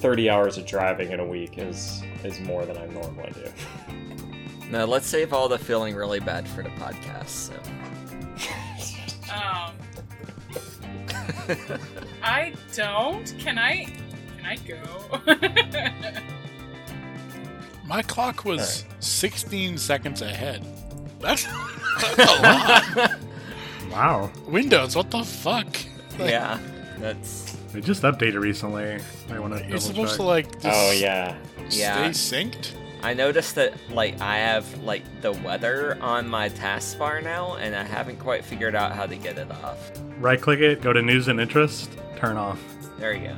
30 hours of driving in a week is is more than I normally do. No, let's save all the feeling really bad for the podcast. So. Um, I don't. Can I? Can I go? My clock was 16 seconds ahead. That's, that's a lot. Wow. Windows, what the fuck? Like, yeah, that's They just updated recently. I want to double You're supposed check. to like just oh yeah. yeah. stay synced. I noticed that like I have like the weather on my taskbar now, and I haven't quite figured out how to get it off. Right click it, go to news and interest, turn off. There you go.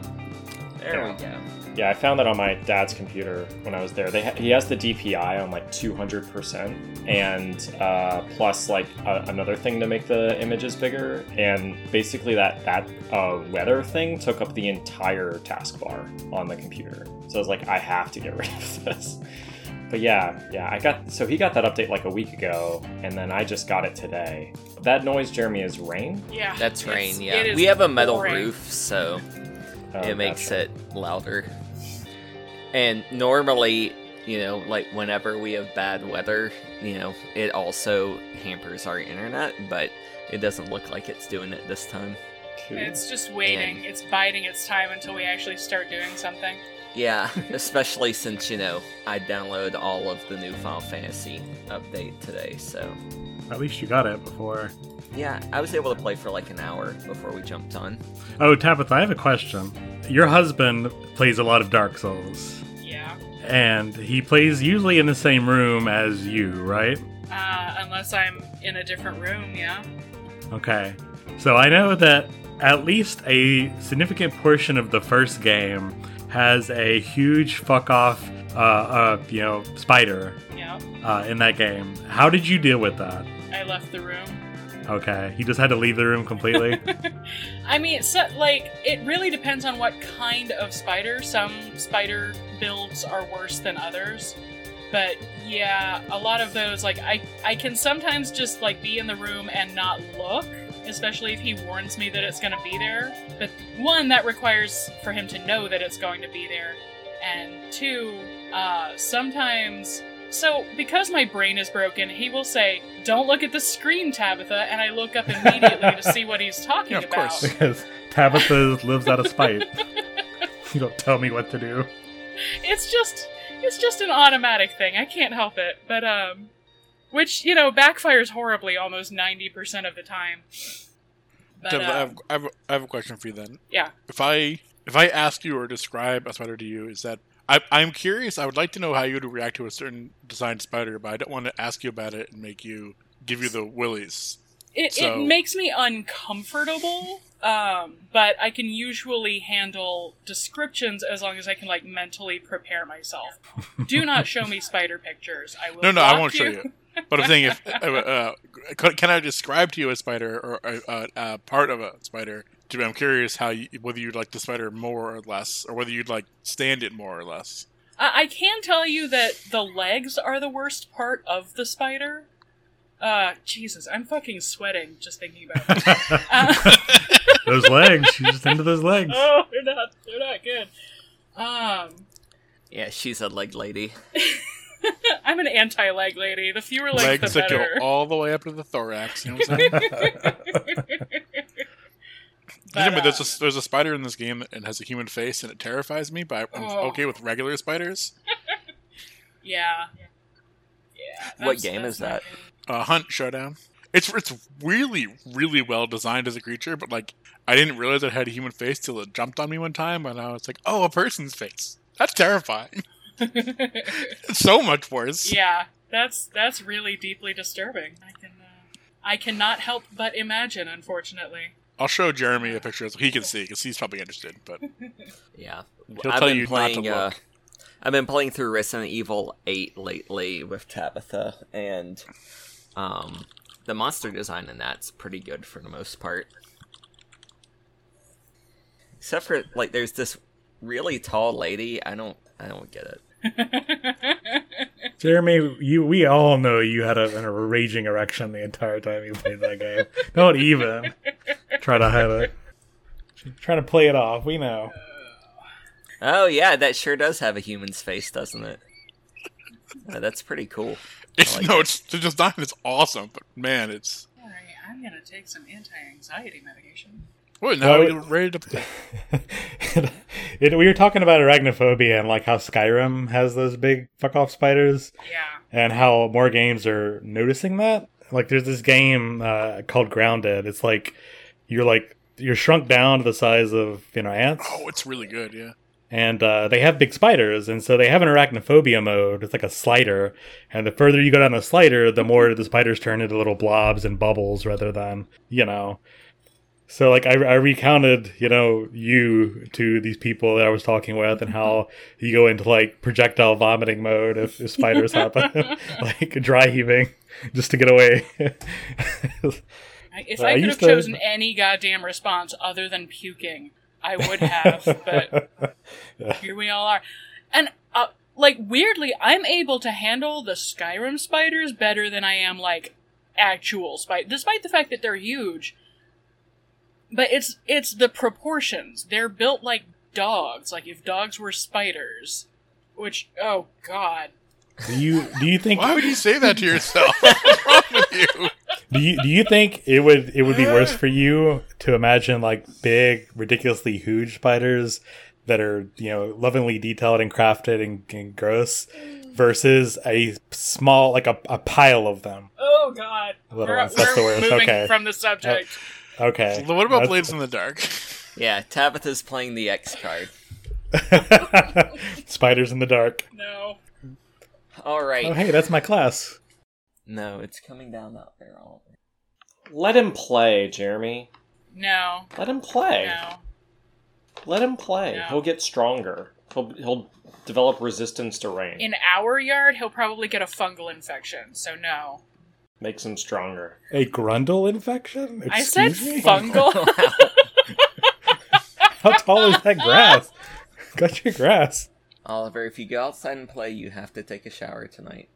There we go. Yeah, I found that on my dad's computer when I was there. They ha- he has the DPI on like 200%, and uh, plus like a- another thing to make the images bigger. And basically, that that uh, weather thing took up the entire taskbar on the computer. So I was like, I have to get rid of this. But yeah, yeah, I got so he got that update like a week ago, and then I just got it today. That noise, Jeremy, is rain. yeah. That's it's- rain. it Yeah, is we have a metal pouring. roof, so Um, it makes gotcha. it louder. And normally, you know, like whenever we have bad weather, you know, it also hampers our internet, but it doesn't look like it's doing it this time. Cool. It's just waiting. It's biding its time until we actually start doing something. Yeah, especially since, you know, I download all of the new Final Fantasy update today, so. At least you got it before. Yeah, I was able to play for like an hour before we jumped on. Oh, Tabitha, I have a question. Your husband plays a lot of Dark Souls, Yeah. and he plays usually in the same room as you, right? Uh, unless I'm in a different room. Yeah. Okay. So I know that at least a significant portion of the first game has a huge fuck off, uh, uh, you know, spider Yeah. uh, in that game. How did you deal with that? I left the room. Okay, you just had to leave the room completely. I mean, so, like, it really depends on what kind of spider. Some spider builds are worse than others. But yeah, a lot of those, like, I, I can sometimes just, like, be in the room and not look, especially if he warns me that it's going to be there. But one, that requires for him to know that it's going to be there. And two, uh, sometimes. So, because my brain is broken, he will say, Don't look at the screen, Tabitha, and I look up immediately to see what he's talking Yeah, of about. course. because Tabitha lives out of spite. you don't tell me what to do. it's just it's just an automatic thing. I can't help it. But um which, you know, backfires horribly almost 90% of the time. But Deb, I, uh, have, I, have, I have a question for you then. yeah. If I if I ask you or describe a spider to you, is that I, I'm curious. I would like to know how you would react to a certain designed spider, but I don't want to ask you about it and make you give you the willies. It so- it makes me uncomfortable. Um, but I can usually handle descriptions as long as I can like mentally prepare myself. Do not show me spider pictures. I will No, no, I block won't show you. But I'm saying, if uh, uh, c- can I describe to you a spider or a, uh uh part of a spider? To I'm curious how you, whether you'd like the spider more or less, or whether you'd like stand it more or less. I, I can tell you that the legs are the worst part of the spider. Uh, Jesus, I'm fucking sweating just thinking about it. Uh, Those legs, she's just into those legs. oh, they're not, they're not good. Um, Yeah, she's a leg lady. I'm an anti-leg lady. The fewer legs, Legs the that go better. all the way up to the thorax. You know what I'm saying? But, Yeah, but there's uh, a, there's a spider in this game that has a human face and it terrifies me, but I'm Oh. okay with regular spiders. yeah. Yeah. What that's- game that's is not that? good. Uh, Hunt Showdown. It's it's really really well designed as a creature, but like I didn't realize it had a human face till it jumped on me one time, and I was like, oh, a person's face. That's terrifying. it's so much worse. Yeah, that's that's really deeply disturbing. I can, uh, I cannot help but imagine. Unfortunately, I'll show Jeremy a picture so he can see because he's probably interested. But Yeah. He'll tell you not to look. uh, I've been playing through Resident Evil 8 lately with Tabitha, and um, the monster design in that's pretty good for the most part. Except for like, there's this really tall lady. I don't, I don't get it. Jeremy, you we all know you had a, a raging erection the entire time you played that game. Don't even try to hide it. Trying to play it off, we know. Oh yeah, that sure does have a human's face, doesn't it? Uh, that's pretty cool. It's like no, it. it's the design is awesome, but man, it's All right, I'm gonna take some anti-anxiety medication. wait now Well, we're ready to. it, we were talking about arachnophobia and like how Skyrim has those big fuck off spiders, Yeah. and how more games are noticing that. Like, there's this game uh, called Grounded. It's like you're like you're shrunk down to the size of you know ants. Oh, it's really good. Yeah, and uh, they have big spiders, and so they have an arachnophobia mode. It's like a slider, and the further you go down the slider, the more the spiders turn into little blobs and bubbles rather than you know. So like I, I recounted you know you to these people that I was talking with, and how you go into like projectile vomiting mode if, if spiders happen, like dry heaving, just to get away. I- If Uh, I I could have used to- chosen any goddamn response other than puking, I would have. but here we all are, and uh, like weirdly, I'm able to handle the Skyrim spiders better than I am like actual spider, despite the fact that they're huge. But it's it's the proportions. They're built like dogs. Like if dogs were spiders, which oh god, do you do you think why would you say that to yourself? What's wrong with you? do you do you think it would it would Uh. be worse for you to imagine like big ridiculously huge spiders that are you know lovingly detailed and crafted and, and gross Mm. versus a small like a, a pile of them oh god. Little we're ones, that's the we're worst, moving okay. from the subject. okay What about That's- Blades in the Dark? Yeah, Tabitha's playing the X card. spiders in the dark No. All right. oh hey that's my class No, it's coming down that barrel. Let him play, Jeremy. No. Let him play. No. Let him play. No. He'll get stronger. He'll he'll develop resistance to rain. In our yard, he'll probably get a fungal infection, so no. Makes him stronger. a grundle infection I said Excuse me? fungal. how tall is that grass got your grass Oliver, if you go outside and play, you have to take a shower tonight.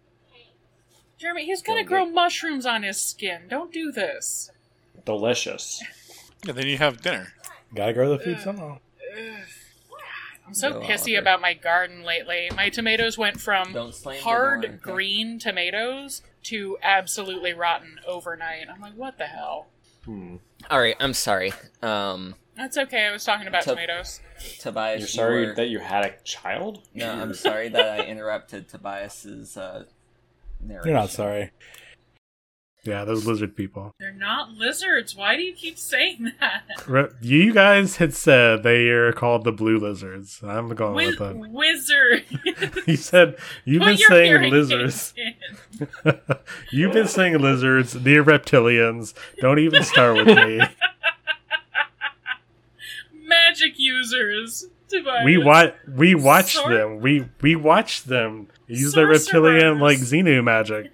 Jeremy, he's gonna Fungal. grow mushrooms on his skin. Don't do this. Delicious. And then you have dinner. gotta grow the food somehow I'm so No, pissy Oliver. about my garden lately. My tomatoes went from Don't slam the door, okay? hard green tomatoes to absolutely rotten overnight. I'm like, what the hell? Hmm. All right, I'm sorry. Um, That's okay. I was talking about To- tomatoes. Tobias, You're sorry you were- that you had a child? no, I'm sorry that I interrupted Tobias's uh, narration. you're not sorry yeah those lizard people They're not lizards. Why do you keep saying that? Re- You guys had said they are called the blue lizards. I'm going Wiz- with that. wizard. You said you've Put been your saying hearing lizards. aids in. you've been saying lizards. They're reptilians. Don't even start with me. magic users. Tobias. We watch. We watched Sor- them. We we watched them use their reptilian like Xenu magic.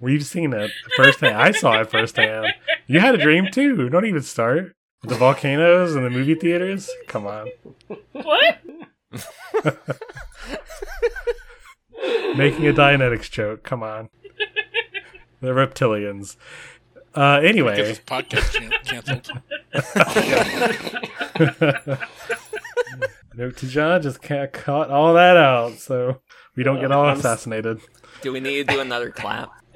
We've seen it firsthand. I saw it firsthand. You had a dream too. Don't even start. The volcanoes and the movie theaters. Come on. What? making a Dianetics joke. Come on, the reptilians. Uh, Get anyway, this podcast can- canceled. note to John just ca- caught all that out, so we don't get all Uh, I'm s- assassinated. Do we need to do another clap?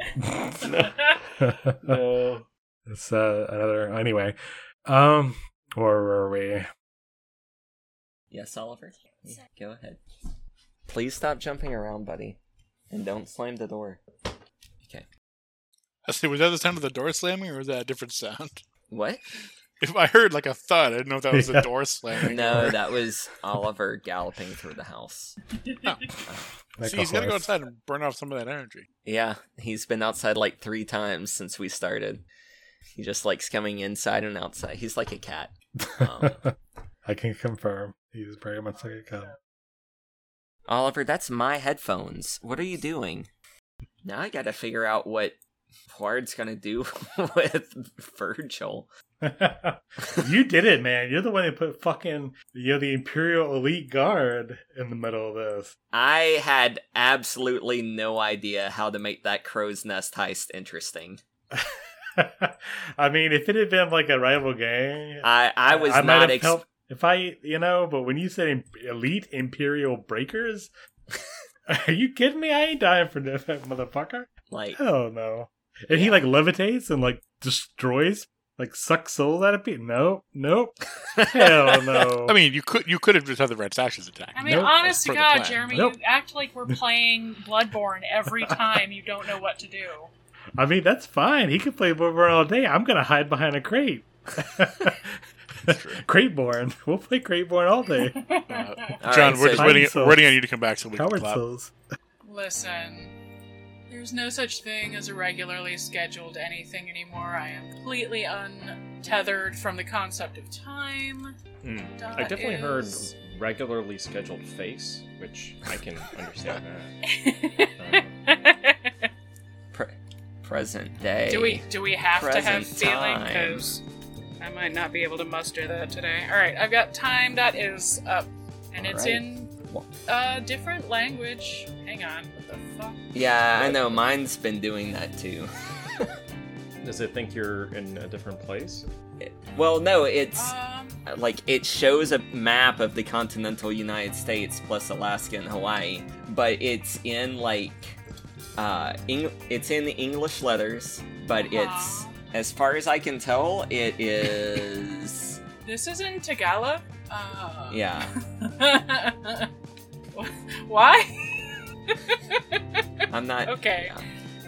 No. It's uh, another anyway. Um, or were we? Yes, Oliver. Yeah, go ahead. Please stop jumping around, buddy, and don't slam the door. Okay. I see. Was that the sound of the door slamming, or was that a different sound? What? If I heard like a thud, I didn't know if that was Yeah. the door slamming. No, that was Oliver galloping through the house. Like See, a he's got to go horse. outside and burn off some of that energy. Yeah, he's been outside like three times since we started. He just likes coming inside and outside. He's like a cat. Um, I can confirm he's very much like a cat. Oliver, that's my headphones. What are you doing? Now I gotta figure out what Ward's gonna do with Virgil. you did it, man. You're the one that put fucking you know the Imperial Elite Guard in the middle of this. I had absolutely no idea how to make that crow's nest heist interesting. I mean, if it had been like a rival gang, I I was might not have ex- helped- If I, you know, but when you said im- elite imperial breakers, are you kidding me? I ain't dying for that motherfucker. Like, Hell no. And he like levitates and like destroys, like sucks souls out of people. Nope, nope. Hell no. I mean, you could you could have just had the Red Sashes attack. I mean, Nope. honest to That's God, part of the plan. Jeremy, Nope. you act like we're playing Bloodborne every time you don't know what to do. I mean, that's fine. He can play Bloodborne all day. I'm gonna hide behind a crate. true. Crateborn. We'll play Crateborn all day. Uh, John, Alright, we're so- just waiting. Fine, We're waiting on you to come back so we can Coward clap. souls. Listen, there's no such thing as a regularly scheduled anything anymore. I am completely untethered from the concept of time. Hmm. Dot I definitely heard is- regularly scheduled face, which I can understand that. Um, pre- present day. do we do we have to have present feeling? time. Because I might not be able to muster that today. All right, I've got time. That is up, and it's Alright. in a different language. Hang on, what the fuck? Yeah, I know. Mine's been doing that too. does it think you're in a different place? It- well, no, it's Um, like it shows a map of the continental United States plus Alaska and Hawaii, but it's in like uh, Eng- it's in English letters, but it's Aw. as far as I can tell, it is this is in Tagalog. Uh, yeah. Why? I'm not Okay. yeah.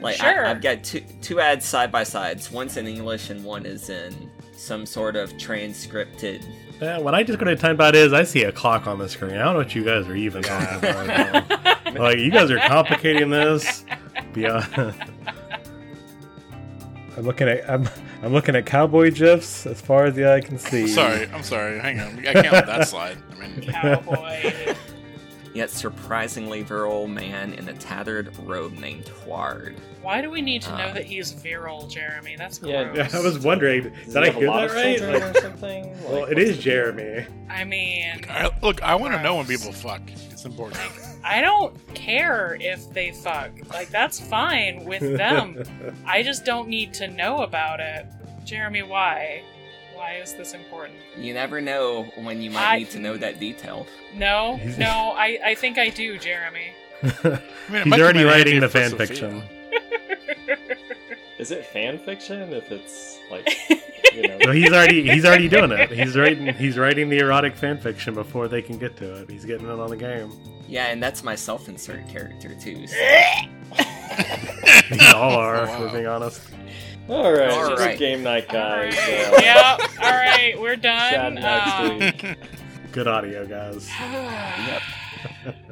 Like Oh, Sure. I, I've got two two ads side by sides. One's in English and one is in some sort of transcripted. Uh, when I just go to time about is, I see a clock on the screen. I don't know what you guys are even talking about. like you guys are complicating this beyond. I'm looking at I'm I'm looking at cowboy gifs as far as the eye can see. I'm sorry, I'm sorry. Hang on, I can't let that slide. I mean, Cowboy. Yet surprisingly virile man in a tattered robe named Huard. Why do we need to know Uh, that he's virile, Jeremy? That's Yeah, gross. Yeah, I was wondering, did I hear that right? Like, or something? well, it is Jeremy. I mean, I, look, I want to know when people fuck. It's important. I don't care if they fuck. Like, that's fine with them. I just don't need to know about it. Jeremy, why? Why is this important? You never know when you might I- need to know that detail. No, He's- no, I, I think I do, Jeremy. I mean, it He's might be already my writing idea the for fan Sophia. fiction. Is it fan fiction? If it's like, you know, No, he's already he's already doing it. He's writing he's writing the erotic fan fiction before they can get to it. He's getting in on the game. Yeah, and that's my self-insert character too. so- We all are, if Wow. we're being honest. all right, All good right. game night, guys. Uh, Alright, yeah, alright, we're Chat done. next Um, week. Good audio, guys. Yep.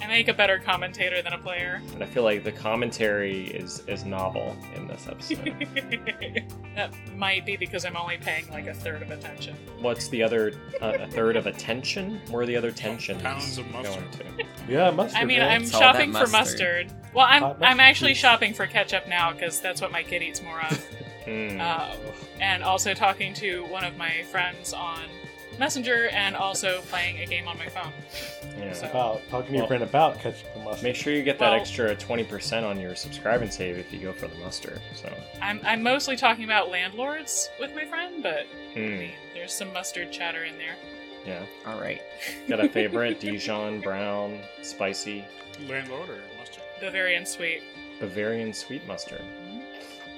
I make a better commentator than a player. And I feel like the commentary is is novel in this episode. that might be because I'm only paying like a third of attention. What's the other uh, a third of attention? Where are the other tensions Pounds of going mustard. to? Yeah, mustard. I mean, I'm It's all shopping that for mustard. mustard. Well, I'm Hot I'm mustard, actually please. shopping for ketchup now because that's what my kid eats more of. Hmm. uh, and also talking to one of my friends on Messenger, and also playing a game on my phone. yeah. so- about talking to Oh. Well- your friend about ketchup and mustard. Make sure you get that Well- extra twenty percent on your subscribe and save if you go for the mustard. So, I'm I'm mostly talking about landlords with my friend, but I hmm, mean, there's some mustard chatter in there. yeah, All right. got a favorite Dijon brown spicy Landlord or mustard? Bavarian sweet. Bavarian sweet mustard.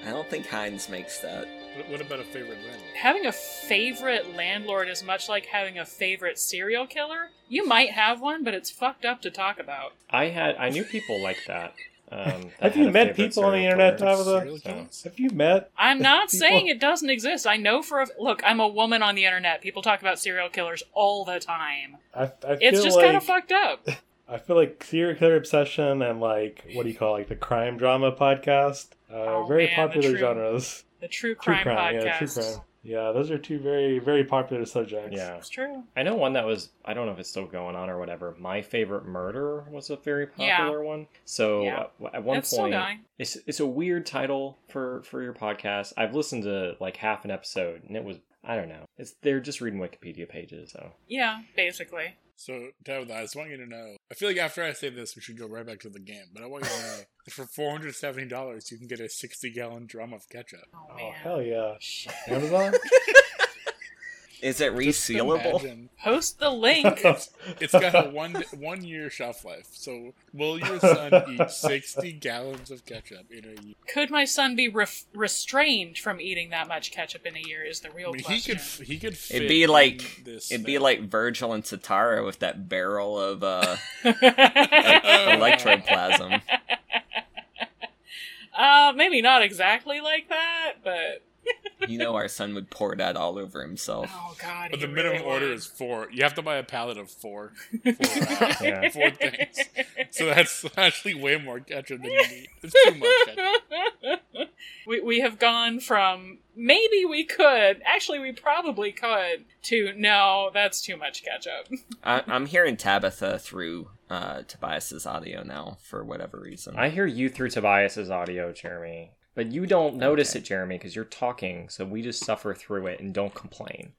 I don't think Heinz makes that. What- What about a favorite landlord? Having a favorite landlord is much like having a favorite serial killer. You might have one, but it's fucked up to talk about. I had I knew people like that. Um, that Have you had a met favorite people on the serial internet, killer. Tabitha? Serial killers? Have you met? I'm not People- saying it doesn't exist. I know for a look. I'm a woman on the internet. People talk about serial killers all the time. I, I feel It's just like, kind of fucked up. I feel like serial killer obsession and like what do you call it, like the crime drama podcast? Uh, Oh, very man, the popular true genres. The true True crime, crime, podcast. yeah, true crime. Yeah, those are two very very popular subjects. Yeah, It's true. I know one that was I don't know if it's still going on or whatever. My favorite murder was a very Yeah. popular one. So Yeah. uh, at one it's still point, going. it's it's a weird title for for your podcast. I've listened to like half an episode and it was I don't know. It's they're just reading Wikipedia pages. So Yeah, basically. So, Tabitha, I just want you to know. I feel like after I say this, we should go right back to the game. But I want you to know that for four hundred seventy dollars, you can get a sixty-gallon drum of ketchup. Oh, Oh man. hell yeah! Shit. Amazon. Is it resealable? Imagine. Post the link. It's got a one one year shelf life. So will your son eat sixty gallons of ketchup in a year? Could my son be ref restrained from eating that much ketchup in a year? Is the I real mean, he question. could f- he could. Fit It'd be in like this it'd be thing. like Virgil and Satara with that barrel of uh, electroplasm. uh, maybe not exactly like that, but You know, our son would pour that all over himself. oh god. But he the minimum really order would. is four. You have to buy a pallet of four. four uh, Yeah. four things. So that's actually way more ketchup than you need. It's too much ketchup. we, we have gone from maybe we could, actually, we probably could, to no, that's too much ketchup. I, I'm hearing Tabitha through uh, Tobias's audio now for whatever reason. I hear you through Tobias's audio, Jeremy, but you don't notice Okay. it, Jeremy, because you're talking. So we just suffer through it and don't complain.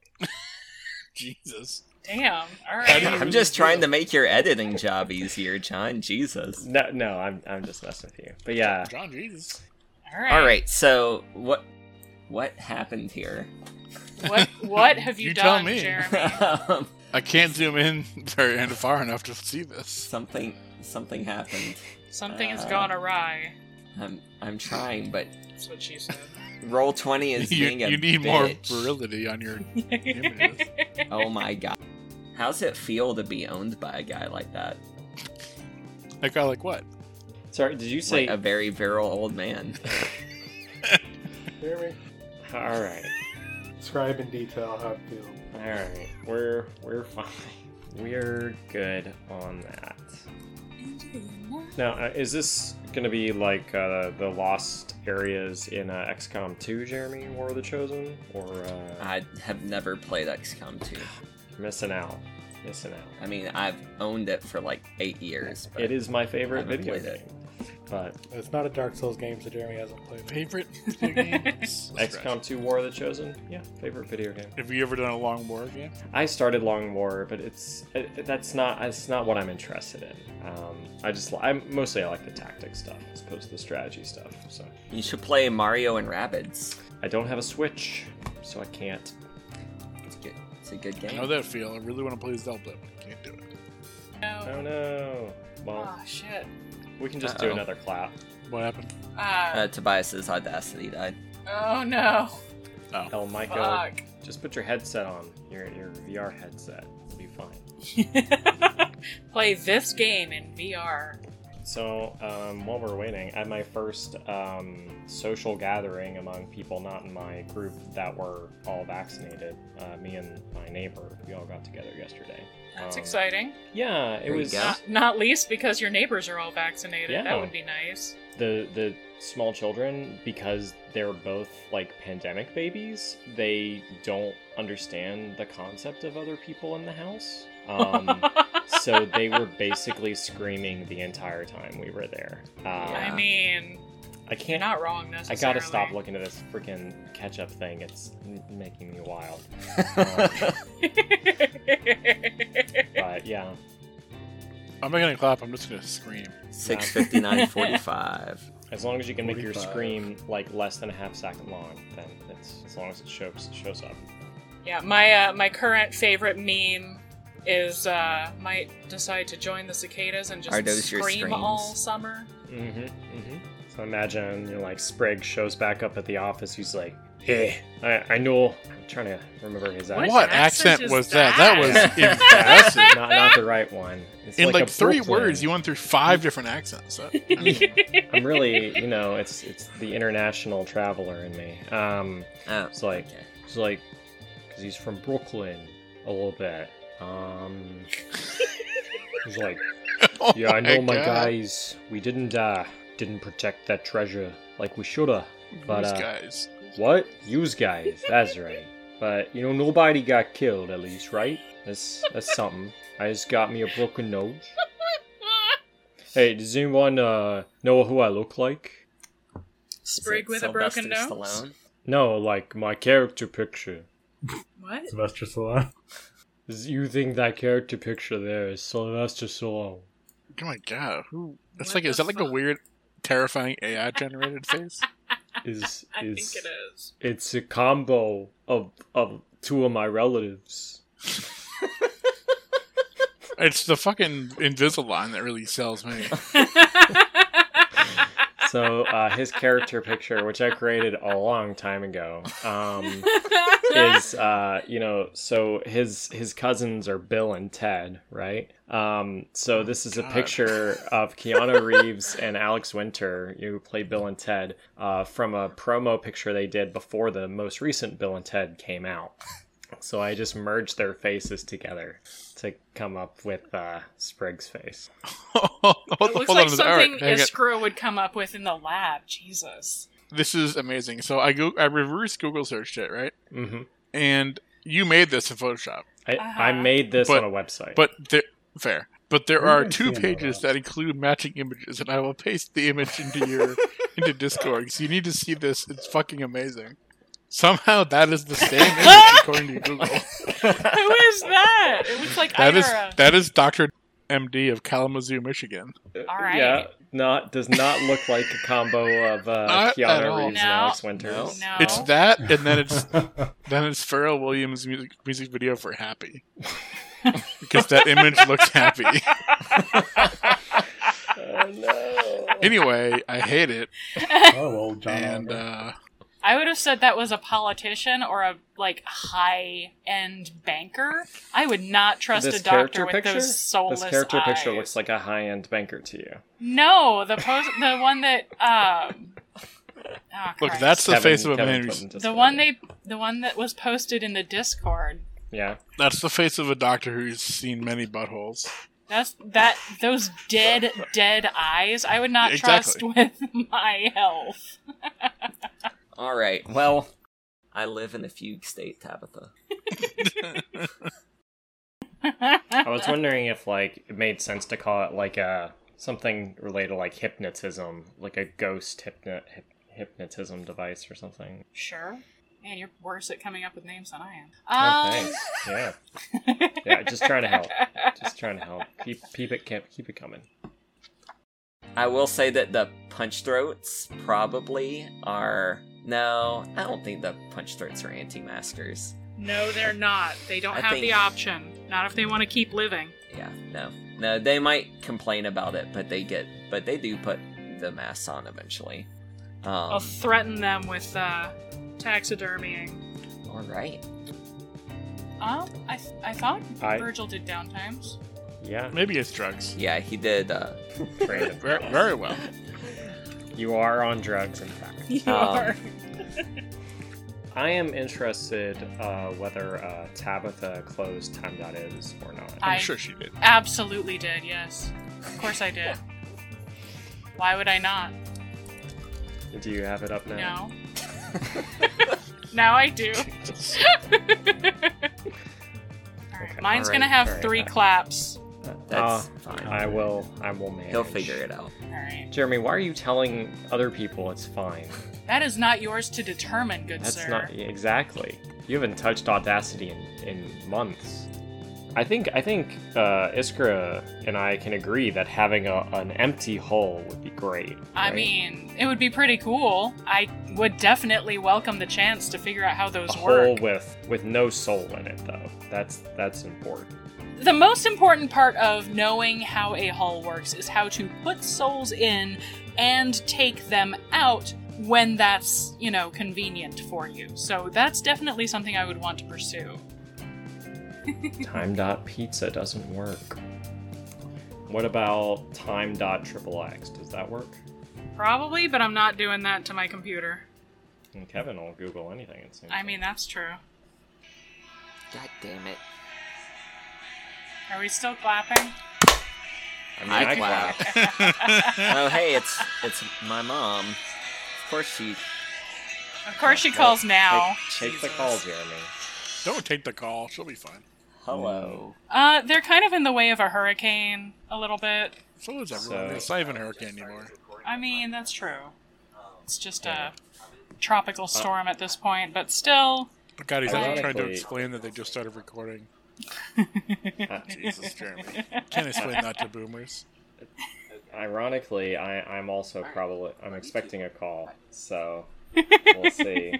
Jesus. Damn. All How do right. you I'm really just feel? trying to make your editing job easier, John. Jesus. No, no, I'm I'm just messing with you. But yeah, John Jesus. All right. All right, so what what happened here? What, what have you, You tell done, me. Jeremy? Um, I can't zoom in very and far enough to see this. something something happened. Something has Uh, gone awry. I'm I'm trying, but That's what she said. roll twenty is You, being a you need more bitch. virility on your. Oh my god, how's it feel to be owned by a guy like that? Like I like what? sorry. Did you say like a very virile old man. Jeremy, all right? describe in detail how it feels. All right, we're we're fine. We're good on that. Now, uh, is this gonna be like uh, the lost areas in uh, XCOM 2, Jeremy, War of the Chosen, or uh, I have never played XCOM two. missing out? Missing out. I mean, I've owned it for like eight years. But It is my favorite haven't video played game. it. But It's not a Dark Souls game, so Jeremy hasn't played it. Favorite video games? Let's try. XCOM 2 War of the Chosen, yeah, favorite video game. Have you ever done a long war game? I started Long War, but it's it, that's not that's not what I'm interested in. Um, I just I mostly I like the tactic stuff as opposed to the strategy stuff. So You should play Mario and Rabbids. I don't have a Switch, so I can't. It's good. It's a good I game. know that feel. I really want to play Zelda, but I can't do it. no. Oh no. Well, Oh, shit. we can just do Uh-oh. another clap. What happened? Uh, Uh, Tobias's audacity died. oh, no. El Michael, Fuck. just put your headset on. Your your VR headset. It'll be fine. Play this game in VR. So, um, while we're waiting, at my first um, social gathering among people not in my group that were all vaccinated, uh, me and my neighbor, we all got together yesterday. That's Um, exciting. Yeah, There it you was go. Not, not least because your neighbors are all vaccinated. Yeah. That would be nice. the the small children because they're both like pandemic babies. They don't understand the concept of other people in the house. Um, so they were basically screaming the entire time we were there. Uh, I Yeah. mean, I you're can't. not wrong I necessarily. gotta stop looking at this freaking ketchup thing. It's m- making me wild. Um, But yeah, I'm not gonna clap. I'm just gonna scream. Six fifty nine forty five. as long as you can make your 45. scream like less than a half second long, then it's as long as it shows shows up. yeah, my uh, my current favorite meme is uh, might decide to join the cicadas and Are just those your scream screams? all summer. Mm-hmm. Mm-hmm. So imagine, you know, like Sprague shows back up at the office. He's like, "Hey, I, I know." I'm trying to remember his What accent. what accent accent is was that? That was that? impressive. not not the right one. It's In like, a three Brooklyn- words, you went through five different accents. That- I mean, I'm really, you know, it's it's the international traveler in me. Um, Oh, it's like okay. it's like because he's from Brooklyn a little bit. Um, he's like, oh yeah, I know my, God. guys. We didn't uh didn't protect that treasure like we shoulda. but, These uh, guys. What? Yous guys, that's right. But you know nobody got killed at least, right? That's that's something. I just got me a broken nose. Hey, does anyone uh know who I look like? Is it Sprig with a broken Sylvester nose. Stallone? No, like my character picture. What? Sylvester Stallone. Is- You think that character picture there is Sylvester Stallone? Oh my God. Who? That's What like. Is the that like a fuck? weird, terrifying AI generated face? Is I is think it is. it's a combo of of two of my relatives. It's the fucking Invisalign that really sells me. So uh, his character picture, which I created a long time ago, um, is uh, you know so his his cousins are Bill and Ted, right? Um, Oh so this is a God. picture of Keanu Reeves and Alex Winter, who play Bill and Ted, uh, from a promo picture they did before the most recent Bill and Ted came out. So I just merged their faces together to come up with uh, Sprig's face. Hold it on, looks hold like on. something Alright, hang on. Iskra would come up with in the lab. Jesus. This is amazing. So I go, I reverse Google searched it, right? hmm And you made this in Photoshop, I, I Uh-huh. made this But- on a website. but there, fair. But there Where are am I two seeing all pages that? that include matching images, and I will paste the image into your into Discord because you need to see this. It's fucking amazing. Somehow that is the same image according to Google. Who is that? It looks like That is Ira. that is Doctor MD of Kalamazoo, Michigan. Uh, All right. Yeah, not does not look like a combo of uh, Not at all. Keanu Reeves No. and Alex Winters. No. It's Oh. that, and then it's then it's Pharrell Williams' music music video for Happy because that image looks happy. Oh, no. Anyway, I hate it, oh, old John. and Oliver. uh, I would have said that was a politician or a like high end banker. I would not trust This a doctor character with picture. those soulless This character eyes. picture looks like a high-end banker to you. No, the pos- the one that um oh, look, Christ. that's the Kevin- face of a Kevin man. put Who's, in the Discord. one they the one that was posted in the Discord. Yeah. that's the face of a doctor who's seen many buttholes. That's that those dead dead eyes. I would not Exactly. trust with my health. All right. Well, I live in a fugue state, Tabitha. I was wondering if like it made sense to call it like a something related to like hypnotism, like a ghost hypno- hyp- hypnotism device or something. sure. Man, you're worse at coming up with names than I am. Oh, Um, thanks. Yeah. Yeah, just trying to help. Just trying to help. Keep keep it keep, keep it coming. I will say that the punch throats probably are. No, I don't think the punch throats are anti-maskers. No, they're not. They don't I have think- the option. Not if they want to keep living. Yeah, no, no. They might complain about it, but they get, but they do put the masks on eventually. I'll Um, threaten them with uh, taxidermying. all right. Um, I, I thought I- Virgil did downtimes. Yeah. Maybe it's drugs. Yeah, he did. Uh, Brandon. Very, very well. You are on drugs, in fact. You Um, are. I am interested uh, whether uh, Tabitha closed time.is or not. I'm I- sure she did. Absolutely did, yes. Of course I did. Why would I not? Do you have it up now? No. now I do. Alright, Mine's all gonna right, have all right, three all right. claps. that's Uh, fine. I will. I will manage. He'll figure it out. Alright. Jeremy, why are you telling other people it's fine? That is not yours to determine, good That's sir. not yeah, exactly. You haven't touched Audacity in, in months. I think I think uh, Iskra and I can agree that having a, an empty hole would be great. I right? mean, it would be pretty cool. I would definitely welcome the chance to figure out how a those hole work. with with no soul in it, though. That's that's important. The most important part of knowing how a hull works is how to put souls in and take them out when that's, you know, convenient for you. So that's definitely something I would want to pursue. Time dot pizza doesn't work. What about time dot triple x? Does that work? Probably, but I'm not doing that to my computer. And Kevin will Google anything. It seems. I mean, that's true. God damn it! Are we still clapping? I, mean, I I clap. clap. oh hey, it's it's my mom. Of course she. Of course she calls now. Take, take the call, Jeremy. Don't take the call. She'll be fine. Hello. Uh, they're kind of in the way of a hurricane a little bit. So is everyone. So- it's not even a hurricane anymore. I mean, that's true. It's just a Uh, tropical storm at this point, but still, But God, he's actually trying to Ironically- explain that they just started recording. Ah, Jesus, Jeremy. Can't explain that to boomers. Ironically, I, I'm also probably I'm expecting a call, so We'll see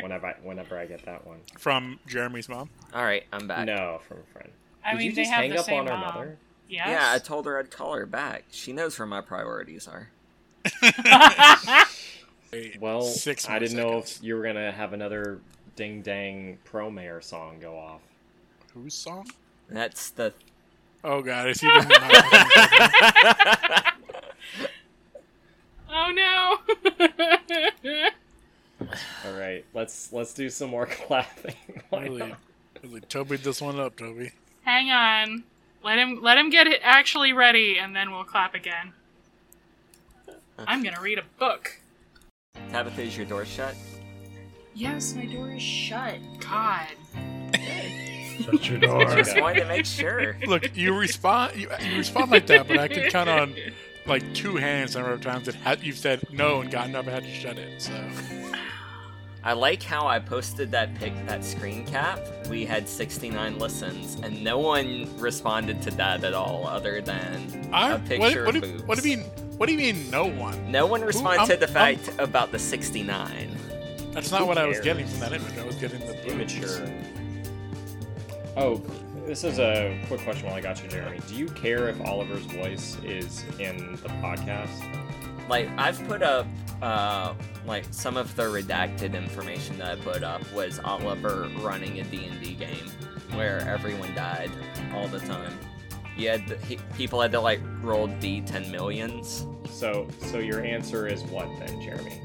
whenever I, whenever I get that one. from Jeremy's mom. Mm. All right, I'm back. No, from a friend. I Did mean, you they just have hang the up same on her mom. mother? Yes. Yeah, I told her I'd call her back. She knows where my priorities are. Wait, Well, six I more didn't know if seconds. you were gonna have another ding dang pro mayor song go off. whose song? That's the. Oh god, I see. it in my- oh no. All right, let's let's do some more clapping. Why really, not? really, Toby, this one up, Toby. Hang on. Let him let him get it actually ready, and then we'll clap again. I'm gonna read a book. Tabitha, is your door shut? Yes, my door is shut. God. Shut your door. Shut Just wanted to make sure. Look, you respond, you, you respond like that, but I can count on like two hands the number of times that ha- you've said no and gotten up and had to shut it. So I like how I posted that pic, that screen cap. We had 69 listens, and no one responded to that at all, other than I a picture what, of boobs. what, do, what do you mean? What do you mean? No one. No one responded I'm- to the fact about the 69. That's not Who what I was cares? getting from that image. I was getting the immature. Oh, this is a quick question while I got you, Jeremy. Do you care if Oliver's voice is in the podcast? Like I've put up, uh, like some of the redacted information that I put up was Oliver running a D and D game where everyone died all the time. You had he, people had to like roll D10 millions. So, so your answer is what then, Jeremy?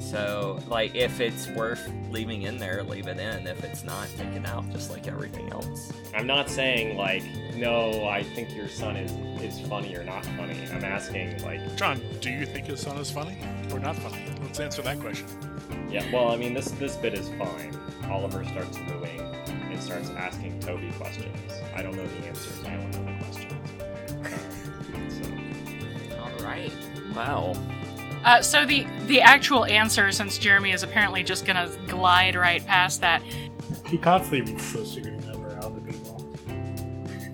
So, like, if it's worth leaving in there, leave it in. If it's not, take it out, just like everything else. I'm not saying like, no, I think your son is is funny or not funny. I'm asking like, John, do you think his son is funny or not funny? Let's answer that question. yeah, well, I mean, this this bit is fine. Oliver starts mooing and starts asking Toby questions. I don't know the answers. I don't know the questions. Um, so, All right. Wow. Uh, so the the actual answer, since Jeremy is apparently just gonna glide right past that. He constantly reads social security number out to people.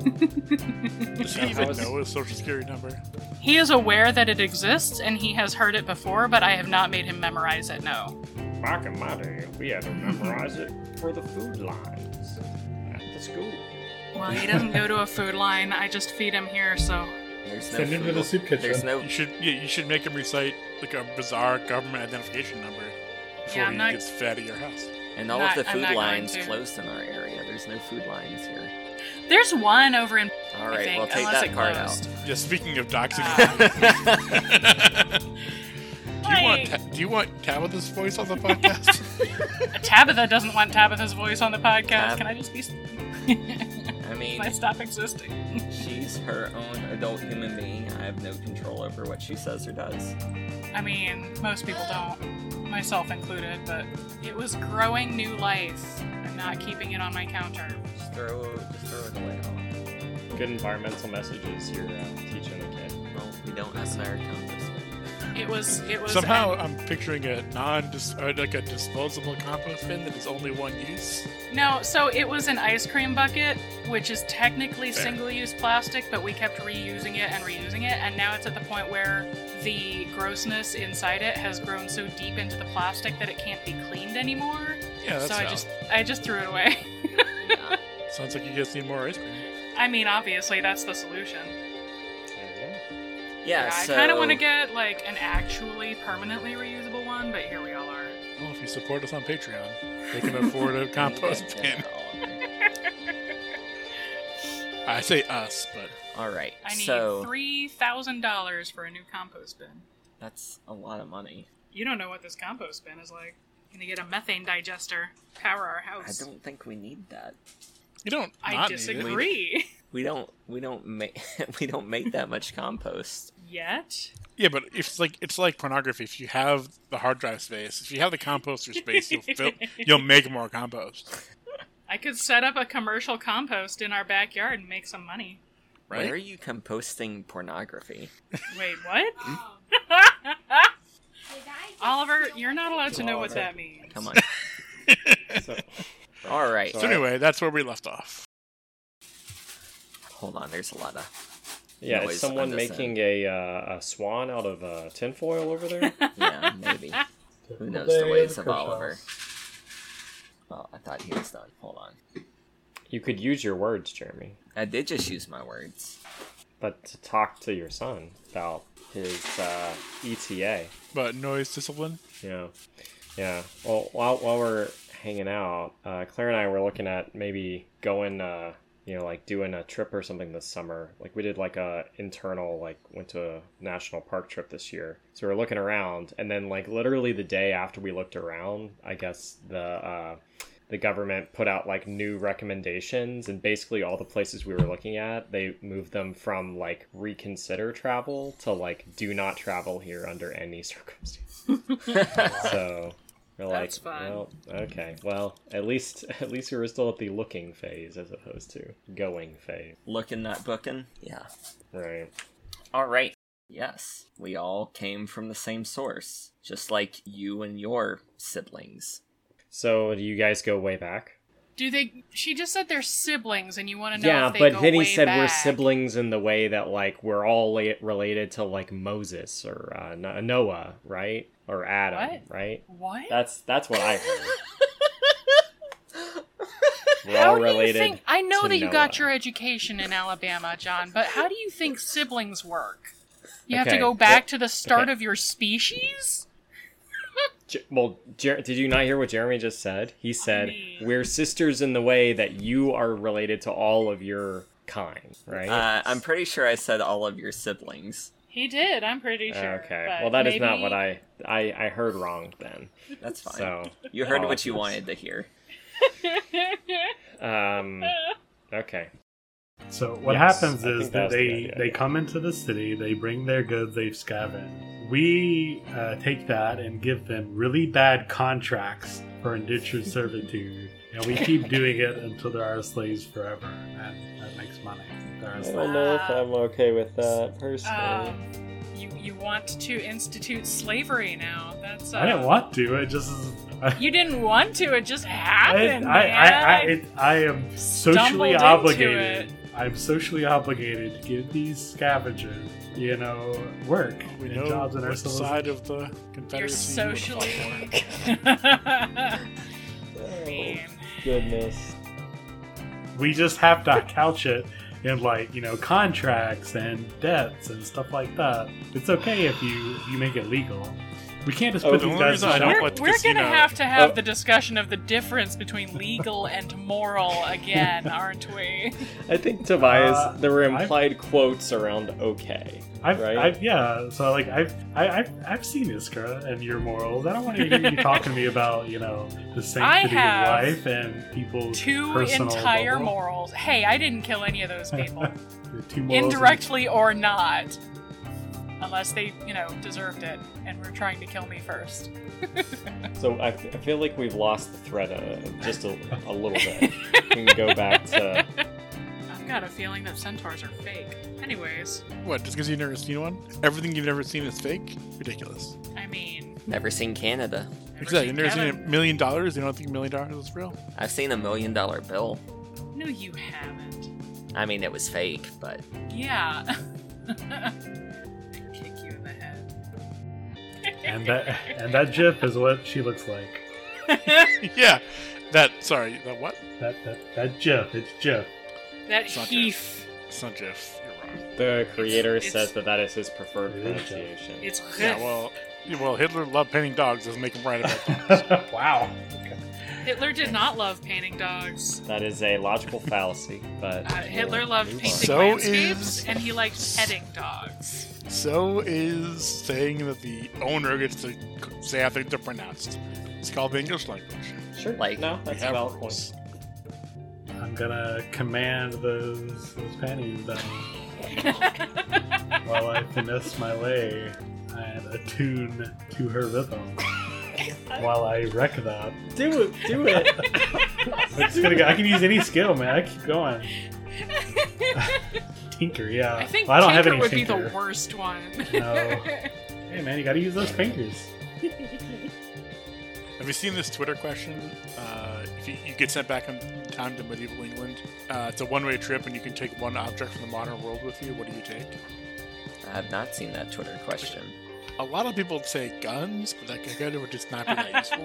Does he How even is- know his social security number? He is aware that it exists and he has heard it before, but I have not made him memorize it. No. back in my day, we had to memorize it for the food lines at the school. Well, he doesn't go to a food line. I just feed him here, so. There's no Send him to the food- soup kitchen. There's no. You should yeah, you should make him recite like a bizarre government identification number before Yeah, I'm he not- gets fed at your house. And all Not- of the I'm food not going lines to. closed in our area. There's no food lines here. There's one over in. All I right. think, Well, take unless that it part closed. Yeah, speaking of doxing, out. do you want Ah. Like- Ta- do you want Tabitha's voice on the podcast? Tabitha doesn't want Tabitha's voice on the podcast. Tab- Can I just be? I mean, Can I stop existing? she's her own adult human being. I have no control over what she says or does. I mean, most people don't, myself included. But it was growing new life. I'm not keeping it on my counter. Just throw, just throw it away. All. Good environmental messages you're uh, teaching the kid. Well, we don't necessarily come this way. It was. It was. Somehow I'm picturing a non like a disposable compost bin that is only one use. No, so it was an ice cream bucket, which is technically Fair. single use plastic, but we kept reusing it and reusing it, and now it's at the point where the grossness inside it has grown so deep into the plastic that it can't be cleaned anymore. Yeah, that's so I valid. just I just threw it away. sounds like you guys need more ice cream. I mean, obviously that's the solution. Yeah. Yeah, I so kind of want to get like an actually permanently reusable one, but here we all are. Well, if you support us on Patreon, they can afford a compost bin. I say us, but All right, I need so three thousand dollars for a new compost bin. that's a lot of money. You don't know what this compost bin is like. Gonna get a methane digester, power our I house. don't think we need that. you don't. I not need it. disagree. We don't. We don't make. we don't make that much compost. Yet? Yeah, but if it's like it's like pornography. If you have the hard drive space, if you have the composter space, you'll fill, you'll make more compost, I could set up a commercial compost in our backyard and make some money. Where are right? you composting pornography? Wait, what? Hmm? Oliver, you're not allowed to know what that means. Come on. So, All right. So anyway, that's where we left off. Hold on. There's a lot of. yeah, noise is someone on this making a, uh, a swan out of uh, tinfoil over there? end. Yeah, maybe. Who Typical knows the day ways the of Kershaw's. Oliver? Oh, I thought he was done. Hold on. You could use your words, Jeremy, I did just use my words. but to talk to your son about his uh, ETA. But noise discipline. Yeah, yeah. Well, while while we're hanging out, uh, Claire and I were looking at maybe going, uh, you know, like doing a trip or something this summer. Like we did like a internal, like went to a national park trip this year. So we were looking around, and then like literally the day after we looked around, I guess the. Uh, the government put out like new recommendations and basically all the places we were looking at they moved them from like reconsider travel to like do not travel here under any circumstances so we're like, That's fine. well, okay, well, at least at least we were still at the looking phase as opposed to going phase, Looking, not booking. Yeah. right? All right. Yes, we all came from the same source, just like you and your siblings. So do you guys go way back? Do they? She just said they're siblings, and you want to know? yeah, if they but go then he way said we're back. siblings in the way that like we're all la- related to like Moses or uh, No- Noah, right? Or Adam, What? right? What? That's that's what I heard. We're How all do related. you think? I know to that you got Noah. your education in Alabama, John, but how do you think siblings work? You have Okay, to go back well- to the start okay. of your species. J- well, Jer- did you not hear what Jeremy just said? He said, mean- "We're sisters in the way that you are related to all of your kind, right?" Uh, I'm pretty sure I said all of your siblings. He did. I'm pretty sure. okay. but Well, that is not maybe- what I I I heard wrong then. That's fine. So, you heard what you apologies. wanted to hear. um okay. So what Yes, happens I is think that that was the they idea. they come into the city, they bring their goods they've scavenged. We uh, take that and give them really bad contracts for indentured servitude, and we keep doing it until there are slaves forever, and that makes money. There are slaves. know if I'm okay with that personally. Um, you you want to institute slavery now? That's. Uh, I didn't want to. It just is. I, You didn't want to. It just I, happened. I, man. I, I, it, I am Stumbled socially into obligated. it. I'm socially obligated to give these scavengers, you know, work We and know jobs and which ourselves. side of the Confederacy. You're you would socially. fall for. Man. goodness. we just have to couch it in like you know contracts and debts and stuff like that. It's okay if you you make it legal. We can't just Oh, put the these only guys reason in I shackles. don't We're, want the we're casino. gonna have to have Oh. the discussion of the difference between legal and moral again, aren't we? I think Tobias Uh, there were I've- implied quotes around okay. I've, right? I've, yeah, so like I've I, I've I've seen Iskra and your morals. I don't want to hear you talking to me about you know the sanctity of have life and people's Two personal entire bubble. morals. Hey, I didn't kill any of those people, The two morals indirectly or not, unless they, you know, deserved it and were trying to kill me first. So I, f- I feel like we've lost the thread uh, just a, a little bit. we can go back to I've got a feeling that centaurs are fake. Anyways, What? Just because you've never seen one? Everything you've never seen is fake? Ridiculous. I mean, Never seen Canada. never Exactly. seen You've never seen a Kevin. million dollars. You don't think a million dollars is real? I've seen a million dollar bill. No, you haven't. I mean, it was fake, but Yeah. Kick you in the head. and that and that GIF is what she looks like. yeah. That. Sorry. That what? That that that GIF, it's GIF. that It's not heef. It's not Jeff. You're wrong. The creator It's- says that that is his preferred It is, yeah. pronunciation. It's Yeah. Well. yeah, Well, Hitler loved painting dogs. Doesn't make him right about that. wow. Hitler did not love painting dogs. that is a logical fallacy, but Uh, Hitler loved Move painting on. So landscapes, is- and he liked petting dogs. So is saying that the owner gets to say how things are pronounced. It's called the English language. sure, Like, no, that's a have valid rules. point. I'm gonna command those those panties down while I finesse my way and attune to her rhythm. while I wreck that, Do it, do it. it's gonna go. I can use any skill, man. I keep going. Tinker, yeah. I think Well, I don't have tinker any would tinker. be the worst one. No. Hey, man, you gotta use those fingers. Have you seen this Twitter question? Uh, if you, you get sent back in time to medieval England, uh, it's a one-way trip, and you can take one object from the modern world with you. What do you take? I have not seen that Twitter question. A lot of people would say guns, but that together would just not be that useful.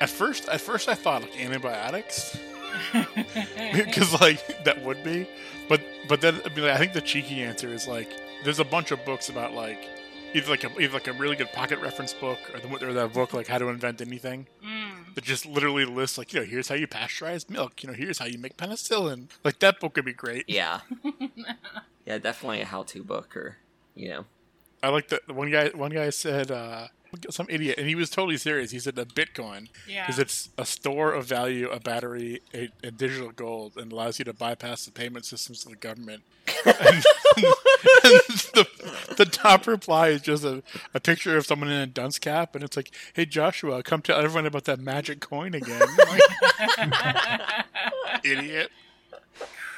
At first, at first I thought like antibiotics, because like that would be, but but then I mean, like, I think the cheeky answer is like there's a bunch of books about like either like a, either like a really good pocket reference book or the or that book like how to invent anything Mm. that just literally lists like you know here's how you pasteurize milk, you know here's how you make penicillin. Like that book would be great. Yeah. yeah, definitely a how-to book or, you know. I like that one guy. One guy said uh, some idiot, and he was totally serious. He said that Bitcoin Yeah. because it's a store of value, a battery, a, a digital gold, and allows you to bypass the payment systems of the government. and, and the, the top reply is just a, a picture of someone in a dunce cap, and it's like, "Hey Joshua, come tell everyone about that magic coin again." Like, idiot.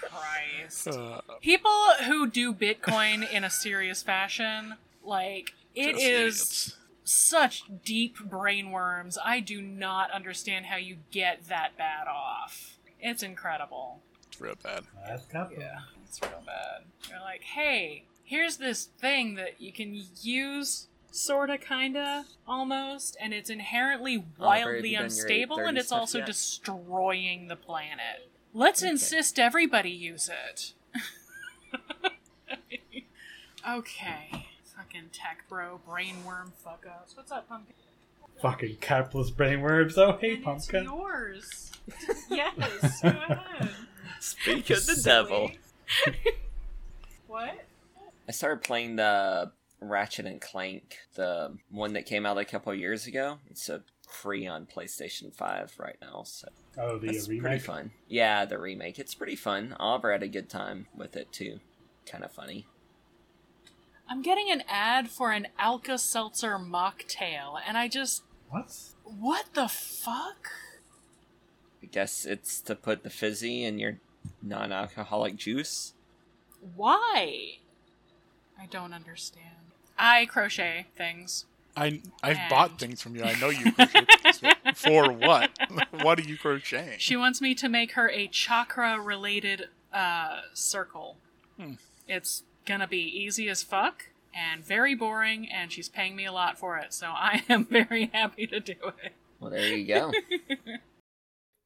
Christ. Uh, People who do Bitcoin in a serious fashion, like it is just idiots. such deep brainworms. I do not understand how you get that bad off. It's incredible. It's real bad. That's tough. Yeah, it's real bad. You're like, hey, here's this thing that you can use, sorta, kinda, almost, and it's inherently I've already wildly done your unstable, 830 and it's stuff also yet. destroying the planet. Let's insist everybody use it. okay, fucking tech bro, brainworm fuck ups. What's up, pumpkin? Fucking capitalist brainworms. Oh, hey, And It's pumpkin. yours. yes. Go ahead. Speak of the devil. what? I started playing the Ratchet and Clank, the one that came out a couple of years ago. It's a free on PlayStation 5 right now, so Oh, the it's uh, pretty remake. fun. Yeah, the remake. It's pretty fun. Oliver had a good time with it too. Kind of funny. I'm getting an ad for an Alka Seltzer mocktail, and I just. What? What the fuck? I guess it's to put the fizzy in your non-alcoholic juice. Why? I don't understand. I crochet things. I I've And- bought things from you. I know you crochet things. for what? what are you crocheting? She wants me to make her a chakra related uh, circle. Hmm. It's gonna be easy as fuck and very boring, and she's paying me a lot for it, so I am very happy to do it. Well, there you go.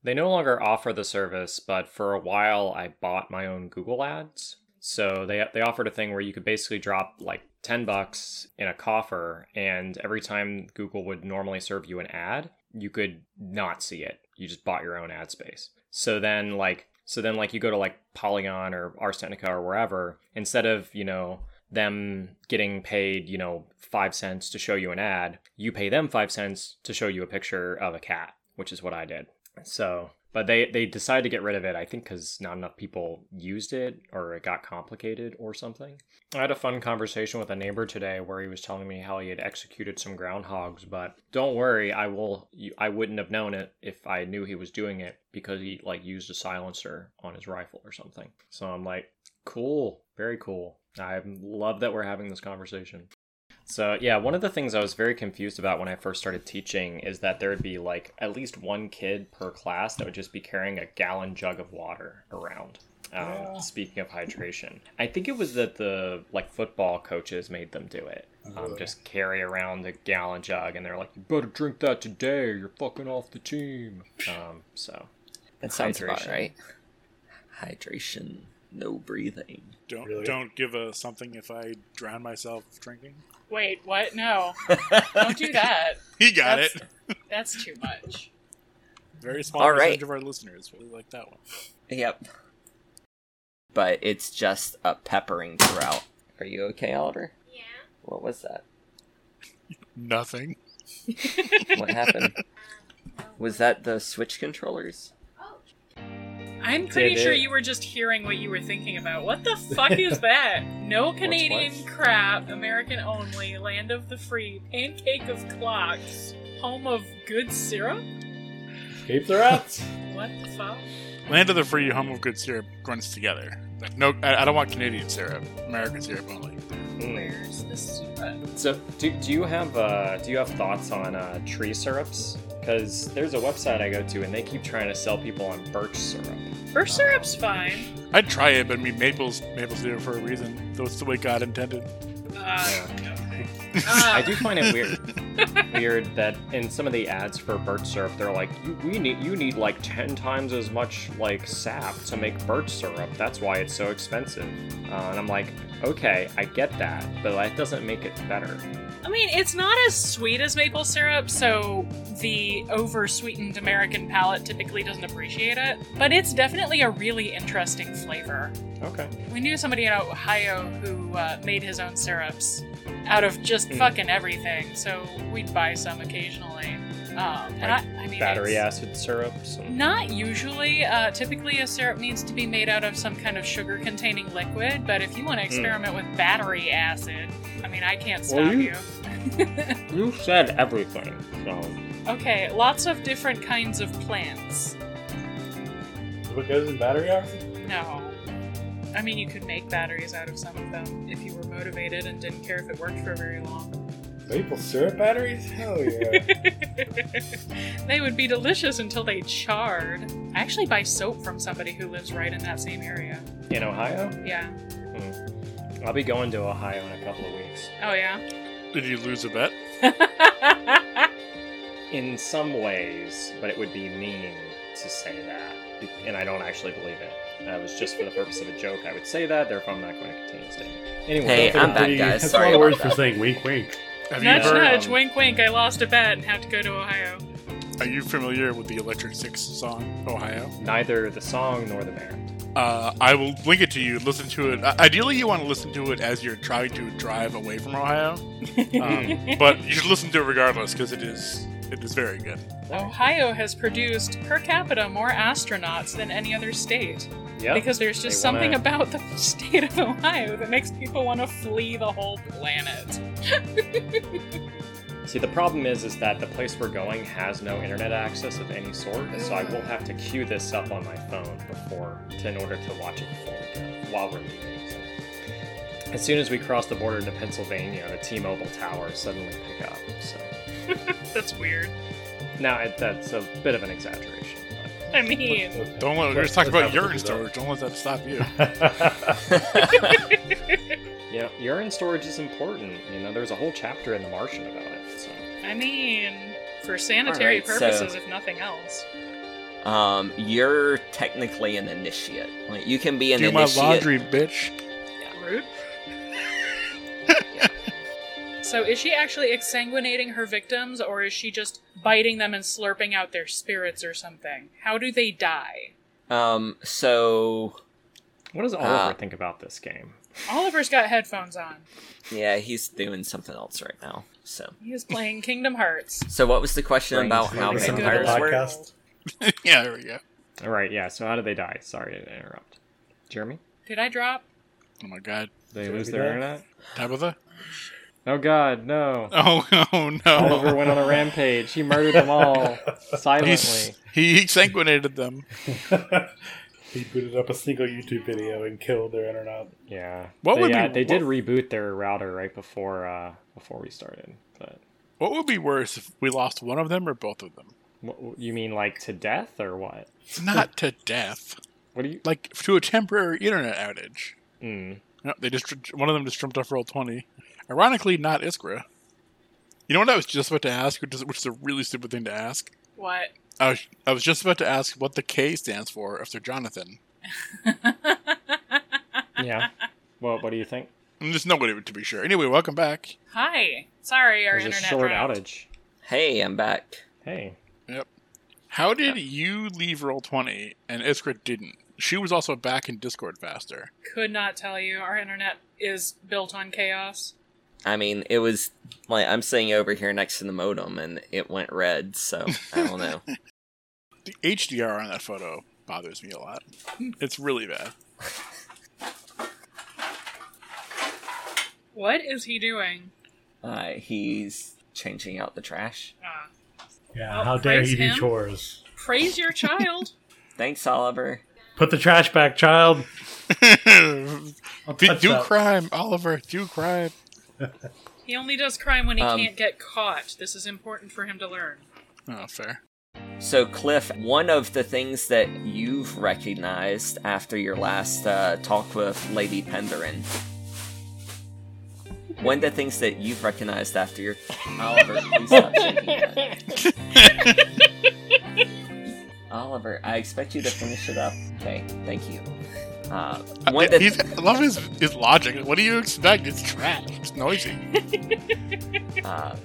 They no longer offer the service, but for a while I bought my own Google Ads. So they they offered a thing where you could basically drop like 10 bucks in a coffer and every time Google would normally serve you an ad, you could not see it. You just bought your own ad space. So then like so then like you go to like Polygon or Ars Technica or wherever instead of, you know, them getting paid, you know, 5 cents to show you an ad, you pay them 5 cents to show you a picture of a cat, which is what I did. So, but they they decided to get rid of it. I think because not enough people used it, or it got complicated, or something. I had a fun conversation with a neighbor today where he was telling me how he had executed some groundhogs, but don't worry, I will. you- I wouldn't have known it if I knew he was doing it because he like used a silencer on his rifle or something. So I'm like, cool, very cool. I love that we're having this conversation. So, yeah, one of the things I was very confused about when I first started teaching is that there would be like at least one kid per class that would just be carrying a gallon jug of water around. Um, Yeah. Speaking of hydration, I think it was that the like football coaches made them do it. Um, Really? just carry around a gallon jug, and they're like, "You better drink that today. You're fucking off the team." Um, so That sounds about Hydration. right. Hydration, no breathing. Don't Really? don't give a something if I drown myself drinking. Wait, what? No. Don't do that. He got That's- it. That's too much. Very small All percentage right. of our listeners really like that one. Yep. But it's just a peppering throughout. Are you okay, Oliver? Yeah. What was that? Nothing. What happened? was that the Switch controllers? Oh, I'm pretty Did sure it. you were just hearing what you were thinking about. What the fuck is that? No Canadian what? crap, American only, land of the free, pancake of clocks, home of good syrup? Escape the rats. What the fuck? Land of the free, home of good syrup, grunts together. Like, no, I, I don't want Canadian syrup. American syrup only. Hmm. Hmm. Where's the syrup? So, do, do you have uh, do you have thoughts on uh, tree syrups? Because there's a website I go to, and they keep trying to sell people on birch syrup. Birch syrup's fine. I'd try it, but I mean, maple's maple syrup for a reason. That's the way God intended. Uh, okay. Uh, I do find it weird, weird that in some of the ads for birch syrup, they're like, you, we need you need like ten times as much like sap to make birch syrup. That's why it's so expensive. Uh, and I'm like, okay, I get that, but that doesn't make it better. I mean, it's not as sweet as maple syrup, so the over sweetened American palate typically doesn't appreciate it. But it's definitely a really interesting flavor. Okay. We knew somebody in Ohio who uh, made his own syrups out of just Mm. fucking everything, so we'd buy some occasionally. Um, and I, I mean, Battery it's- acid syrups. And... Not usually. Uh, typically, a syrup needs to be made out of some kind of sugar containing liquid, but if you want to experiment with battery acid, I mean, I can't stop Hmm. Well, you- you. You said everything, so Okay, lots of different kinds of plants. What goes in battery acid? No. I mean, you could make batteries out of some of them if you were motivated and didn't care if it worked for very long. Maple syrup batteries? Hell yeah. they would be delicious until they charred. I actually buy soap from somebody who lives right in that same area. in Ohio, Yeah. I'll be going to Ohio in a couple of weeks. Oh, Did you lose a bet? yeah? in some ways, but it would be mean to say that, be- and I don't actually believe it. That was just for the purpose of a joke. I would say that, therefore I'm not going to continue the statement. Anyway, Hey, I'm back, Pretty- guys. That's Sorry a lot of about words for that. saying wink, wink. Have you Nudge, heard, heard, nudge, um, wink, wink. I lost a bet and have to go to Ohio. Are you familiar with the Electric Six song Ohio? neither the song nor the band. Uh, I will link it to you. Listen to it. I- Ideally, you want to listen to it as you're trying to drive away from Ohio, um, but you should listen to it regardless because it is it is very good. Oh. Ohio has produced per capita more astronauts than any other state Yeah, because there's just They something wanna- about the state of Ohio that makes people want to flee the whole planet. See, the problem is, is that the place we're going has no internet access of any sort, so I will have to queue this up on my phone before, to, in order to watch it before we go, while we're leaving. So. As soon as we cross the border into Pennsylvania, the T-Mobile towers suddenly pick up. So That's weird. now it, that's a bit of an exaggeration. But. I mean, Don't let we're just talking about urine storage. Don't let that stop you. Yeah, urine storage is important. You know, there's a whole chapter in The Martian about it. So. I mean, for sanitary Alright, so- purposes, if nothing else. Um, you're technically an initiate. Like you can be an Do my initiate. laundry, bitch. Rude. So, is she actually exsanguinating her victims, or is she just biting them and slurping out their spirits or something? How do they die? Um, so What does Oliver Ah. think about this game? Oliver's got headphones on. yeah, he's doing something else right now. So, He is playing Kingdom Hearts. so what was the question Brains about how Listen to the vampires work? podcast. yeah, there we go. All right, yeah. So how do they die? Sorry to interrupt. Jeremy, Did I drop? Oh my god, they Jeremy lose their dies. internet. Tabitha. Oh God, no! Oh, oh Oliver no. went on a rampage. He murdered them all He's, silently. he sanguinated them. he booted up a single YouTube video and killed their internet. Yeah. What they, would be- uh, they did what- reboot their router right before uh, before we started. But What would be worse if we lost one of them or both of them? what, you mean like to death or what? Not to death, What do you? like to a temporary internet outage. Mm. No, they just one of them just jumped off roll twenty. Ironically, not Iskra. You know what I was just about to ask, which is, which is a really stupid thing to ask. What? I was, I was just about to ask what the K stands for after Jonathan. Yeah. well, what do you think? And there's nobody to be sure. Anyway, welcome back. Hi. Sorry, our There's a internet short dropped. outage. Hey, I'm back. Hey. How did you leave roll twenty and Iskra didn't? She was also back in Discord faster. Could not tell you. Our internet is built on chaos. I mean, it was like I'm sitting over here next to the modem, and it went red. So I don't know. The HDR on that photo bothers me a lot. It's really bad. What is he doing? Uh, he's changing out the trash. Ah. Yeah, Oh, how dare praise he him. do chores? praise your child. Thanks, Oliver. Put the trash back, child. I'll do touch do that. crime, Oliver. Do crime. he only does crime when he Um, can't get caught. This is important for him to learn. Oh, fair. So, Cliff, one of the things that you've recognized after your last uh, talk with Lady Penderin One of the things that you've recognized after your Oliver, please stop shaking that. Oliver, I expect you to finish it up. Okay, thank you. Uh, one of the- He's, I love his, his logic. What do you expect? It's trash. It's noisy. uh,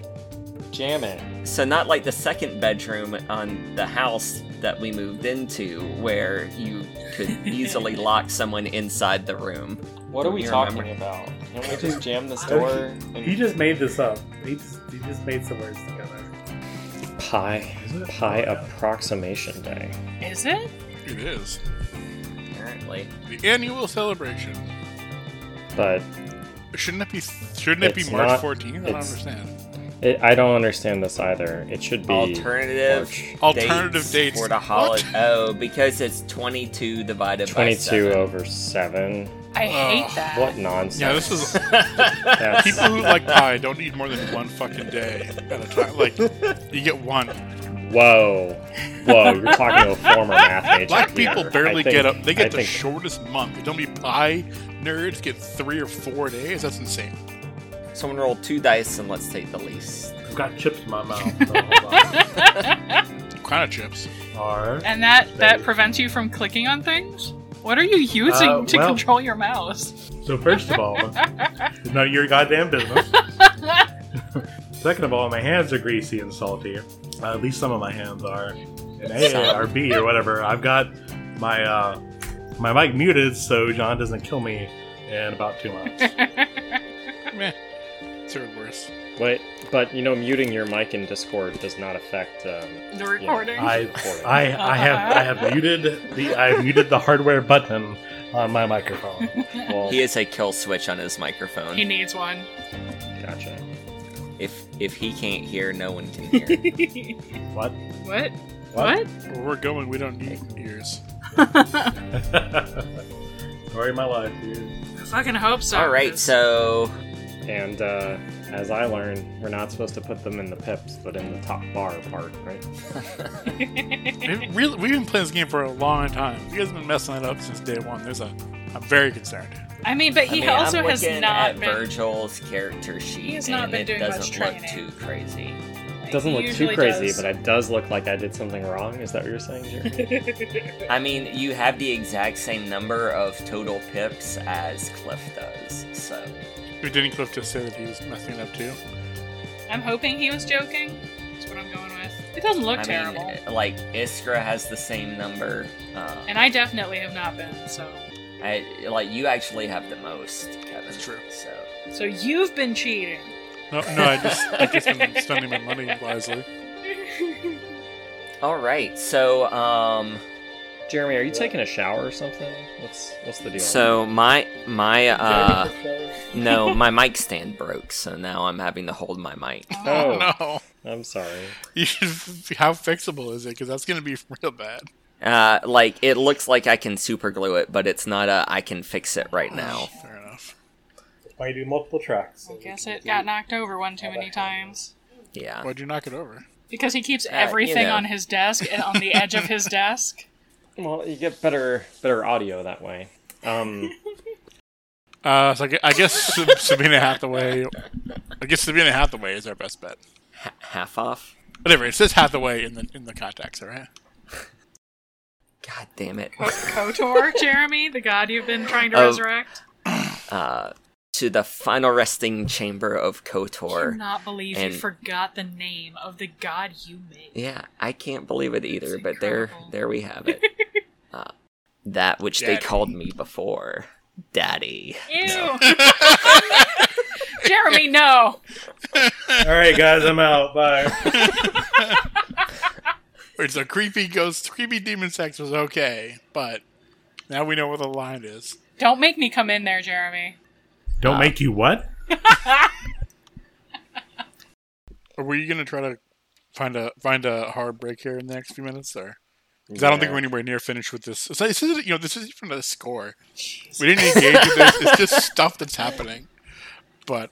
Jam it. so not like the second bedroom on the house that we moved into, where you could easily lock someone inside the room. What are we You talking remember. about? Can we just jam this door? He just made this up. He just, he just made some words together. pie. Pie approximation day. Is it? It is. Apparently, The annual celebration. But Shouldn't it be shouldn't it It's be March not- 14th? I don't it's- understand. it, I don't understand this either. It should be. alternative March. Alternative dates. for the holiday. Oh, because it's twenty-two divided by 22 seven. over 7. I Ugh. hate that. What nonsense. Yeah, this is That's- people who like pie don't eat more than one fucking day at a time. Like you get one. Whoa. Whoa, you're talking to a former math major. Black here. people I barely think- get up. They get I the think- shortest month. Don't be pie nerds get three or four days. That's insane. Someone roll two dice and let's take the least. I've got chips in my mouth. So hold Crown of chips. on. Are And that that prevents you from clicking on things. What are you using Uh, to well- control your mouse? So first of all, it's none of your goddamn business. Second of all, my hands are greasy and salty. Uh, at least some of my hands are. And A or B or whatever. I've got my uh, my mic muted so John doesn't kill me in about two months. Eh, Meh. It's even worse. Wait, but you know, muting your mic in Discord does not affect. Um, The recording. I recording. I I have I have muted the I've muted the hardware button on my microphone. well, He has a kill switch on his microphone. He needs one. gotcha. If if he can't hear, no one can hear. What? What? What? What? Where we're going, we don't need ears. Story of my life, dude. I fucking hope so. All right, 'cause- so And uh, as I learned, we're not supposed to put them in the pips, but in the top bar part, right? It really, we've been playing this game for a long time. You guys have been messing it up since day one. There's a. I'm very concerned. I mean, but he I mean, also I'm has looking not at been. Virgil's character sheet. He has not and been it doing doesn't much look training. too crazy. It doesn't He look too usually crazy, does. but it does look like I did something wrong. Is that what you're saying, Jeremy? I mean, you have the exact same number of total pips as Cliff does. So If didn't Cliff just say that he was messing it up too? I'm hoping he was joking. That's what I'm going with. It doesn't look I terrible, mean, eh, like Iskra has the same number. Uh, and I definitely have not been. So, I, like you actually have the most, Kevin. It's true. So so you've been cheating. No, no. I just, I just been spending my money wisely. all right, so um. Jeremy, are you taking a shower or something? What's what's the deal? So my my uh no, my mic stand broke, so now I'm having to hold my mic. Oh. no. I'm sorry. You should, how fixable is it? Because that's going to be real bad. Uh like it looks like I can super glue it, but it's not a I can fix it right now. Fair enough. Why do multiple tracks? I guess it got knocked over one too many times Yeah. Why'd you knock it over? because he keeps Uh, you everything know. on his desk and on the edge of his desk. Well, you get better better audio that way. Um, Uh, so I gue- I guess Sab- Sabina Hathaway. I guess Sabina Hathaway is our best bet. H- half off. Whatever. It says Hathaway in the in the contacts, all right? God damn it. Ko- Kotor, Jeremy, the god you've been trying to Oh, resurrect. Uh to the final resting chamber of I Kotor. cannot believe and- you forgot the name of the god you made. Yeah, I can't believe it either, That's but there incredible. there we have it. Uh, that which they Daddy. called me before. Daddy. Ew. No. Jeremy, no. All right, guys, I'm out. Bye. Wait, so creepy ghost, creepy demon sex was okay, but now we know where the line is. Don't make me come in there, Jeremy. Don't make you what? Are we going to try to find a find a hard break here in the next few minutes, or? Because I don't think yeah. we're anywhere near finished with this. So this is, you know, this is from the score. We didn't engage with this. It's just stuff that's happening, but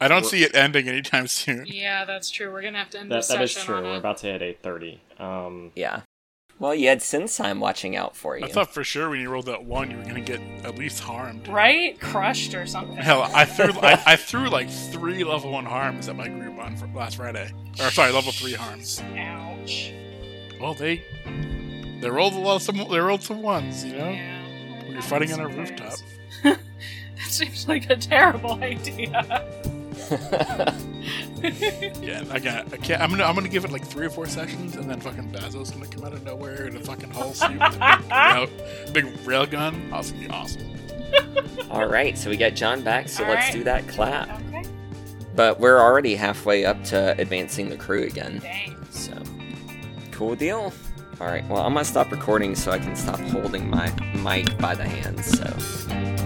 I don't see it ending anytime soon. Yeah, that's true. We're gonna have to end that, this that is session true. on a- We're about to hit eight thirty. Um, Yeah. Well, you had Sinsime watching out for you. I thought for sure when you rolled that one, you were gonna get at least harmed. Right? Crushed or something. Hell, I threw I, I threw like three level one harms at my group on fr- last Friday. Or sorry, level three harms. Ouch. Well, they they rolled a lot of some they rolled some ones, you know. Yeah. When you're fighting on a rooftop. that seems like a terrible idea. Yeah, I got. I can't. I'm gonna. I'm gonna give it like three or four sessions, and then fucking Basil's gonna come out of nowhere and fucking hulls you with a big, you know, big railgun. Awesome, you awesome. All right, so we got John back, so All let's right. do that clap. Okay. But we're already halfway up to advancing the crew again. Dang. So, cool deal. All right. Well, I'm gonna stop recording so I can stop holding my mic by the hand. So.